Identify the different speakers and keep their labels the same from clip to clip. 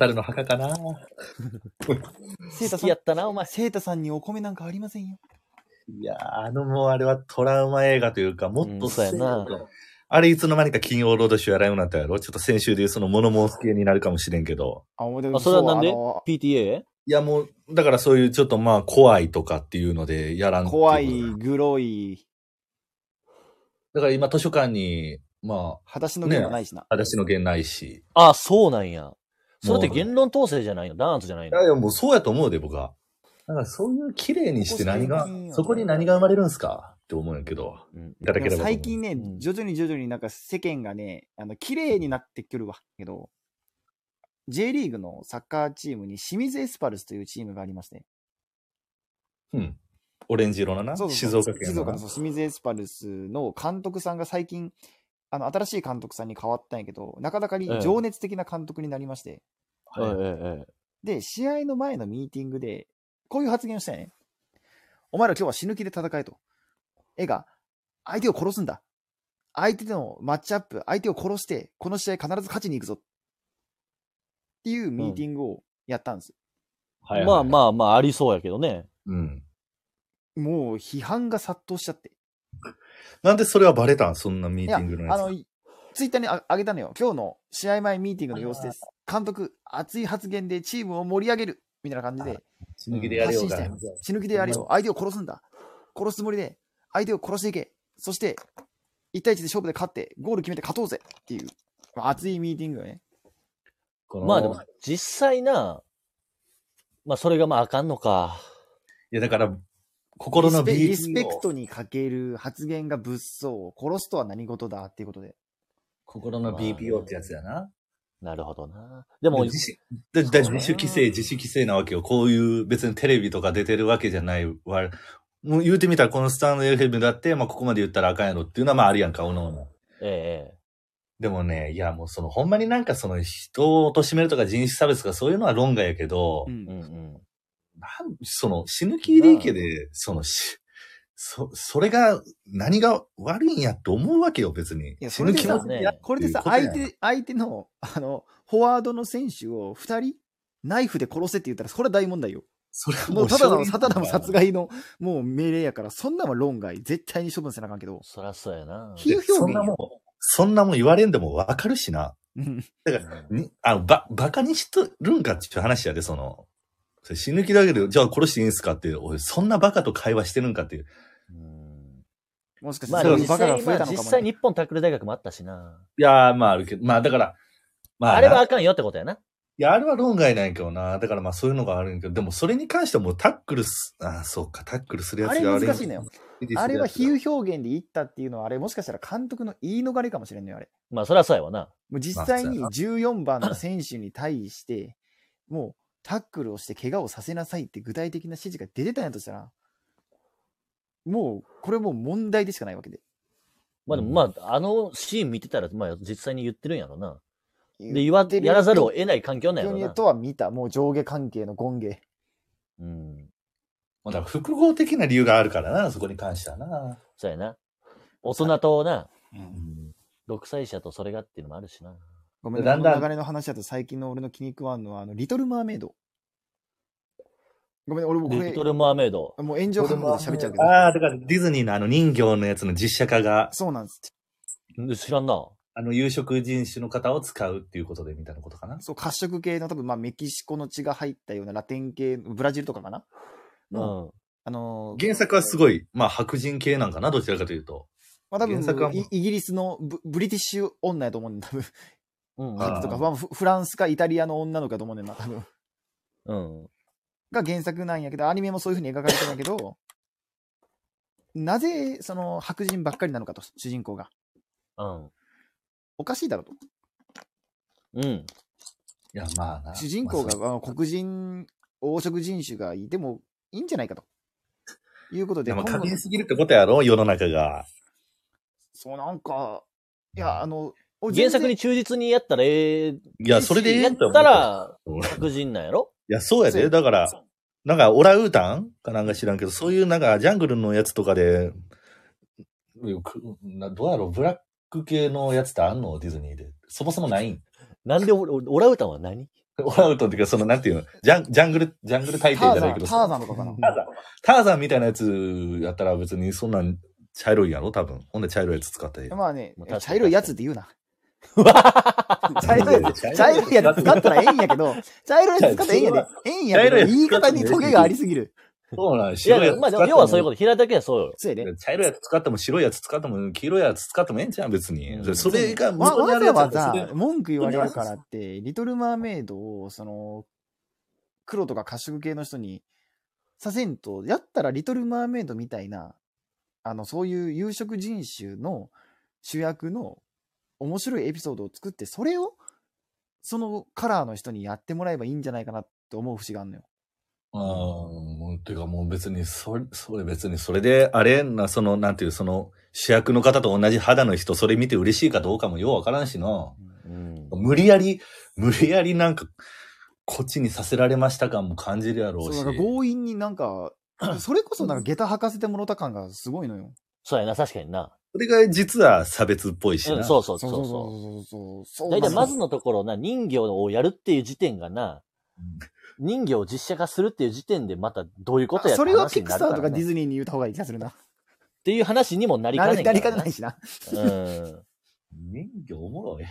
Speaker 1: 猿の墓かな
Speaker 2: セイタさ
Speaker 3: 好き
Speaker 2: ん
Speaker 3: や、ったな、お前。
Speaker 2: セイタさんにお米なんかありませんよ。
Speaker 1: いやー、あのもうあれはトラウマ映画というか、もっ
Speaker 3: う
Speaker 1: と
Speaker 3: んそうやな
Speaker 1: せあれいつの間にか金曜ロードショーやらんようになったやろちょっと先週でいうそのモノモース系になるかもしれんけど。
Speaker 2: あ、おめで
Speaker 3: あ、それはなんで
Speaker 2: あの
Speaker 3: ?PTA?
Speaker 1: いやもう、だからそういうちょっとまあ怖いとかっていうのでやらんってうこと
Speaker 2: 怖い、グロい、
Speaker 1: だから今図書館に、まあ、
Speaker 2: 裸足の弦がないしな。
Speaker 1: 私の弦ないし。
Speaker 3: あ、そうなんや。それって言論統制じゃないのダンスじゃない
Speaker 1: い
Speaker 3: の
Speaker 1: やいやもうそうやと思うで僕は。だからそういう綺麗にして何が
Speaker 2: ここ最近や、な
Speaker 1: そこに何が生まれるんすかって思うんやけど。
Speaker 3: うん
Speaker 1: いただければと
Speaker 2: でも
Speaker 1: 思う。
Speaker 2: 最近ね
Speaker 3: う、ん
Speaker 2: 徐々に徐々になんか世間がね、あの、綺麗になってくるわ。けど、J リーグのサッカーチームに清水エスパルスというチームがありまして、
Speaker 1: うん。オレンジ色のな、
Speaker 2: そうそう
Speaker 1: 静
Speaker 2: そう
Speaker 1: 岡県
Speaker 2: 静
Speaker 1: の
Speaker 2: 岡
Speaker 1: な
Speaker 2: のそう清水エスパルスの監督さんが最近、あの、新しい監督さんに変わったんやけど、なかなかに情熱的な監督になりまして、
Speaker 3: ええ
Speaker 1: はい
Speaker 3: ええ
Speaker 2: で、試合の前のミーティングで、こういう発言をしたよね。お前ら今日は死ぬ気で戦えと。絵が、相手を殺すんだ。相手とのマッチアップ、相手を殺して、この試合必ず勝ちに行くぞ。っていうミーティングをやったんです。
Speaker 1: はいはい
Speaker 3: まあまあまあ、ありそうやけどね。
Speaker 1: うん。
Speaker 2: もう批判が殺到しちゃって。
Speaker 1: なんでそれはバレたんそんなミー
Speaker 2: い
Speaker 1: テ
Speaker 2: や、
Speaker 1: ィ
Speaker 2: あ
Speaker 1: ングのやつ。
Speaker 2: の、ツイッターにああげたのよ。今日の試合前ミーティングの様子です。監督、熱い発言でチームを盛り上げる。みたいな感じで、
Speaker 1: 死ぬ気でやれようが
Speaker 2: 発信し血抜きでやれよ。相手を殺すんだ。殺すつもりで、相手を殺していけ。そして、1対1で勝負で勝って、ゴール決めて勝とうぜっていう、まあ、熱いミーティングよね。
Speaker 1: この
Speaker 3: まあでも、実際な、まあそれがまああかんのか。
Speaker 1: いやだから、心の
Speaker 2: リスペ
Speaker 1: BT を
Speaker 2: リスペクトにかける発言が物騒。殺すとは何事だっていうことで。
Speaker 1: 心の BPO ってやつやな。
Speaker 3: なるほどな。でも、
Speaker 1: 自主だだ自主規制、自主規制なわけよ。こういう別にテレビとか出てるわけじゃないわ。もう言うてみたらこのスタンド FM だって、まあここまで言ったらあかんやろっていうのはまああるやんか、おのおの。
Speaker 3: ええ
Speaker 1: でもね、いやもうそのほんまになんかその人を貶めるとか人種差別とかそういうのは論外やけど、
Speaker 2: う
Speaker 3: うんんうん。
Speaker 1: なんその死ぬ気でいけで、そのし、そ、それが何が悪いんやって思うわけよ、別に。
Speaker 2: いや
Speaker 1: 死
Speaker 2: そ
Speaker 1: ぬ
Speaker 2: れ
Speaker 1: 気
Speaker 2: でさ
Speaker 1: 持ちでやっていう
Speaker 2: これでさ、
Speaker 1: ことやん
Speaker 2: 相。手、相手の、あの、フォワードの選手を2人、ナイフで殺せって言ったら、それは大問題よ。
Speaker 1: それは
Speaker 2: もうただの、ただの殺
Speaker 1: 害。
Speaker 2: 害の、もう命令やから、そんなんは論外。絶対に処分せなあかんけど。
Speaker 3: そらそうやな。
Speaker 2: 比喩
Speaker 1: そん
Speaker 2: 表
Speaker 1: な
Speaker 2: 現
Speaker 1: もん
Speaker 2: よ。、
Speaker 1: そんなもん言われんでもわかるしな。
Speaker 2: うん
Speaker 1: に、あの、ば、バカにしとるんかっていう話やで、その。それ死ぬ気だけど、じゃあ殺していいんすかって、おい、そんなバカと会話してるんかっていう。
Speaker 3: うん
Speaker 2: もしかし
Speaker 3: ま
Speaker 2: た
Speaker 3: あ
Speaker 2: ら、
Speaker 3: 実
Speaker 2: バカが
Speaker 3: 際、
Speaker 2: 増
Speaker 3: ま
Speaker 2: えた
Speaker 3: あ
Speaker 2: の
Speaker 3: 実
Speaker 2: かも、
Speaker 3: 際日本タックル大学もあったしな。
Speaker 1: いやー、まああるけど、まあだから、まあな、
Speaker 3: あれはあかんよってことやな。
Speaker 1: いや、あれは論外なんやけどな。だからまあそういうのがあるんやけど、でもそれに関してはもうタックルす、あーそうか、タックルするやつ
Speaker 2: あ
Speaker 1: が
Speaker 2: れ
Speaker 1: 悪
Speaker 2: 難しいのよ。あれは比
Speaker 1: 喩。
Speaker 2: 喩表現で言ったっていうのは、あれもしかしたら監督の言い逃れかもしれんのよ、あれ。
Speaker 3: まあそらそうやわな。
Speaker 2: もう実際に
Speaker 1: まあ
Speaker 2: 14番の選手に対して、もうタックルをして怪我をさせなさいって具体的な指示が出てたんやとしたら、もう、これもう問題でしかないわけで。
Speaker 3: まあでも
Speaker 1: うん
Speaker 3: まあ、あのシーン見てたら、まあ実際に言ってるんやろな。で、
Speaker 2: で
Speaker 3: 言わ、やらざるを得ない環境なんやろ
Speaker 2: ない。
Speaker 3: な。
Speaker 2: とは見た、もう上下関係の権下。
Speaker 3: うん。
Speaker 1: まあだから複合的な理由があるからな、そこに関してはな。
Speaker 3: そうやな。大人とな、
Speaker 1: うん
Speaker 3: 6歳者とそれがっていうのもあるしな。
Speaker 2: ごめん、ね、
Speaker 1: だ
Speaker 2: だ
Speaker 1: ん
Speaker 2: ん
Speaker 1: だん
Speaker 2: 流れの話だと最近の俺の気に食わんのは、あの、リトル・マーメイド。ごめん、俺もこれ
Speaker 3: リ、トル・マーメイド。
Speaker 2: もう炎上覚悟で喋っちゃうけど。
Speaker 1: ああ、だからディズニーのあの人形のやつの実写化が、
Speaker 2: そうなんです。
Speaker 3: 知らんな。
Speaker 1: あの有色人種の方を使うっていうことでみたいなことかな。
Speaker 2: そう、褐色系の多分、まあ、メキシコの血が入ったようなラテン系、ブラジルとかかな
Speaker 3: う
Speaker 2: の、
Speaker 3: ん。
Speaker 2: あのー
Speaker 1: 原作はすごい、まあ白人系なんかな、どちらかというと。
Speaker 2: まあ、多分
Speaker 1: 原作はもう
Speaker 2: イ、イギリスのブブリティッシュ女やと思うねんだ、多分。
Speaker 3: うん。
Speaker 1: あー
Speaker 2: とか、まあ、フフランスかイタリアの女の子やと思うねんな、多分。
Speaker 3: うん。
Speaker 2: が原作なんやけど、アニメもそういうふうに描かれてるんやけど、なぜ、その、白人ばっかりなのかと、主人公が。
Speaker 3: うん。
Speaker 2: おかしいだろうと。
Speaker 3: うん。
Speaker 1: いや、まあな。
Speaker 2: 主人公
Speaker 1: まあ
Speaker 2: が、あの黒人、黄色人種がいてもいいんじゃないかと。いうこと
Speaker 1: で
Speaker 2: で、
Speaker 1: も
Speaker 2: 今
Speaker 1: 過
Speaker 2: 後
Speaker 1: 敏すぎるってことやろ、世の中が。
Speaker 2: そう、なんか、いや、あの、俺
Speaker 3: 原作
Speaker 2: 全
Speaker 3: に忠実にやったらええ。
Speaker 1: いや、それでええ
Speaker 3: やっ
Speaker 1: と思う
Speaker 3: たら
Speaker 1: うん、
Speaker 3: 白人なんやろ
Speaker 1: いや、そうや
Speaker 2: そ
Speaker 1: で。
Speaker 2: う
Speaker 1: だから
Speaker 2: そう、
Speaker 1: なんか、オラウータンかなんか知らんけど、そういうなんか、ジャングルのやつとかで、くなどうやろう、ブラック系のやつってあんのディズニーで。そもそもないん。
Speaker 3: なんでオラオラウータンは何
Speaker 1: オランウータンっていうか、その、なんていうの、ジャンジャングル、ジャングル大
Speaker 2: タ
Speaker 1: 帝
Speaker 2: ー
Speaker 1: じゃな
Speaker 2: ザ
Speaker 1: い
Speaker 2: ン、
Speaker 1: け
Speaker 2: タ
Speaker 1: ど、
Speaker 2: ーザンとかかな。
Speaker 1: ターザン。ターザンみたいなやつやったら別にそんなん茶色いやろ多分。ほんで茶色いやつ使ったらいい。
Speaker 2: まあね
Speaker 3: まあ確か、に
Speaker 2: 茶色いやつって言うな。茶
Speaker 1: 茶
Speaker 2: 色いやつ、茶色いやつ使ったらええんやけど、茶色いやつ使ったらええんやで。ええんやけど、
Speaker 1: 茶色いやつ
Speaker 2: 言い方にトゲがありすぎる。
Speaker 1: そうなん。
Speaker 3: いや、まあ、でも要はそういうことと。平田家はそうよ。
Speaker 2: そうやね。
Speaker 1: 茶色いやつ使っても白いやつ使っても黄色いやつ使ってもええんじゃん、別に。
Speaker 3: うん
Speaker 1: それが
Speaker 2: わ
Speaker 1: 元にあ
Speaker 2: わ
Speaker 1: るや
Speaker 2: ざ
Speaker 1: つや
Speaker 2: わ
Speaker 1: ったらそれ
Speaker 2: ざ文句言われるからって、リトル・マーメイドを、その、黒とか褐色系の人にさせんと、やったらリトル・マーメイドみたいな、あの、そういう有色人種の主役の面白いエピソードを作って、それを、そのカラーの人にやってもらえばいいんじゃないかなって思う節があるのよ。
Speaker 1: ああ、もう、てかもう別に、それ、それ別に、それで、あれな、その、なんていう、その、主役の方と同じ肌の人、それ見て嬉しいかどうかもようわからんしな。
Speaker 3: うん。
Speaker 1: 無理やり、 無理やりなんか、こっちにさせられました感も感じるやろうし。
Speaker 2: そう、なんか強引になんか、それこそなんか下駄履かせてもらった感がすごいのよ。
Speaker 3: そうやな、確かにな。
Speaker 1: それが実は差別っぽいしな。
Speaker 3: うん、そうそう
Speaker 2: そ
Speaker 3: そう
Speaker 2: そ
Speaker 3: う
Speaker 2: う
Speaker 3: そ。
Speaker 2: そうそうそうう。
Speaker 3: だいたいまずのところな、人形をやるっていう時点がな、人形を実写化するっていう時点でまたどういうことや
Speaker 2: それはピク
Speaker 3: な
Speaker 2: サ
Speaker 3: るら
Speaker 2: ー
Speaker 3: ね
Speaker 2: とかディ
Speaker 3: っ
Speaker 2: ズニーに言った方がいい気がするな。
Speaker 3: ていう話にもなりか
Speaker 2: な
Speaker 3: ね
Speaker 2: り
Speaker 3: ん
Speaker 2: な
Speaker 3: ら
Speaker 2: りかねないしな。
Speaker 3: うん。
Speaker 1: 人形おもろい。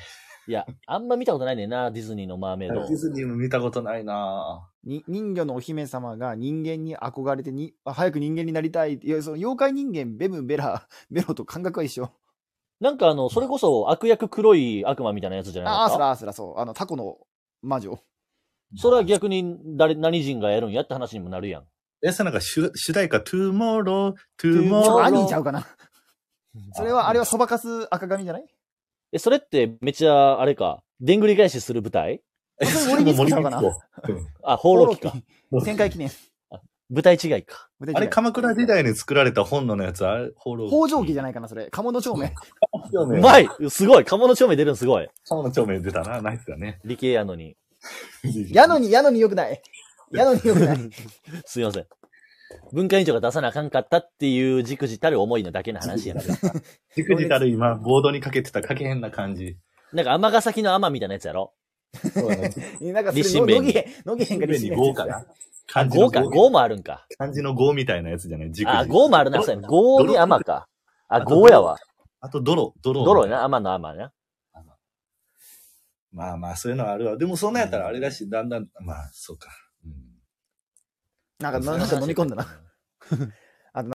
Speaker 3: いや、あんま見たことないねんな、ディズニーのマーメイ
Speaker 1: デ
Speaker 3: ド。
Speaker 1: ィズニーも見たことないな
Speaker 2: に人魚のお姫様が人間に憧れてに、あ早く人間になりたい。いや、その妖怪人間、ベム、ベラ、 ベロと感覚は一緒。
Speaker 3: なんかあの、それこそ悪役黒い悪魔みたいなやつじゃない
Speaker 2: あ、アー
Speaker 3: です
Speaker 2: スラ、
Speaker 3: か。
Speaker 2: アースラ、そう。あの、タコの魔女。
Speaker 3: それは逆に誰、何人がやるんやって話にもなるやん。
Speaker 1: え、さ、なんか主主題歌、tomorrow,
Speaker 2: ちょっ
Speaker 1: tomorrow.
Speaker 2: と
Speaker 3: あ
Speaker 2: ア
Speaker 3: る
Speaker 2: ニーちゃうか な。それは、あれはそばかす赤髪じゃない
Speaker 3: え、それってめちゃ、あれか、でんぐり返しする舞台
Speaker 1: え
Speaker 2: それ森光子ちゃうかな
Speaker 1: 森光子
Speaker 3: あ、放浪記か。
Speaker 1: うん
Speaker 2: 旋回記念。
Speaker 3: 舞台違いか。
Speaker 2: 舞台
Speaker 1: あれ、
Speaker 2: 違い
Speaker 1: 鎌倉時代に作られた本のやつ、あれ、放浪
Speaker 2: 北条記じゃないかな、それ。鴨の帳面。
Speaker 1: う
Speaker 3: うまいすごい鴨の帳面出るのすごい
Speaker 1: 鎌の帳面出たな、ナイスだね。
Speaker 3: 理系やのに。
Speaker 2: やのに、やのに良くない。やのに良く ない。
Speaker 3: すいません。文化委員長が出さなあかんかったっていうじくじたる思いのだけの話 やな。
Speaker 1: じくじたる今、ボードにかけてたかけへんな感じ。
Speaker 3: なんか尼崎の尼みたいなやつやろ
Speaker 1: そうだね。
Speaker 2: なんかそれ、
Speaker 3: 立身弁
Speaker 2: のぎへん、のぎへんが立身弁
Speaker 1: 豪華な。漢字の
Speaker 3: 豪か。豪
Speaker 1: 豪
Speaker 3: もあるんか。
Speaker 1: 漢字の豪みたいなやつじゃない、じくじ。
Speaker 3: あ、豪もあるな。
Speaker 1: ど
Speaker 3: そうやな豪に尼か。あ、
Speaker 1: あと
Speaker 3: 豪やわ。
Speaker 1: あと、泥、泥。
Speaker 3: 泥やな。尼の尼な。
Speaker 1: まあまあ、そういうのはあるわ。でも、そんなんやったらあれだし、だんだん、まあ、そうか。うん
Speaker 2: なんか、なんか飲み込んだな。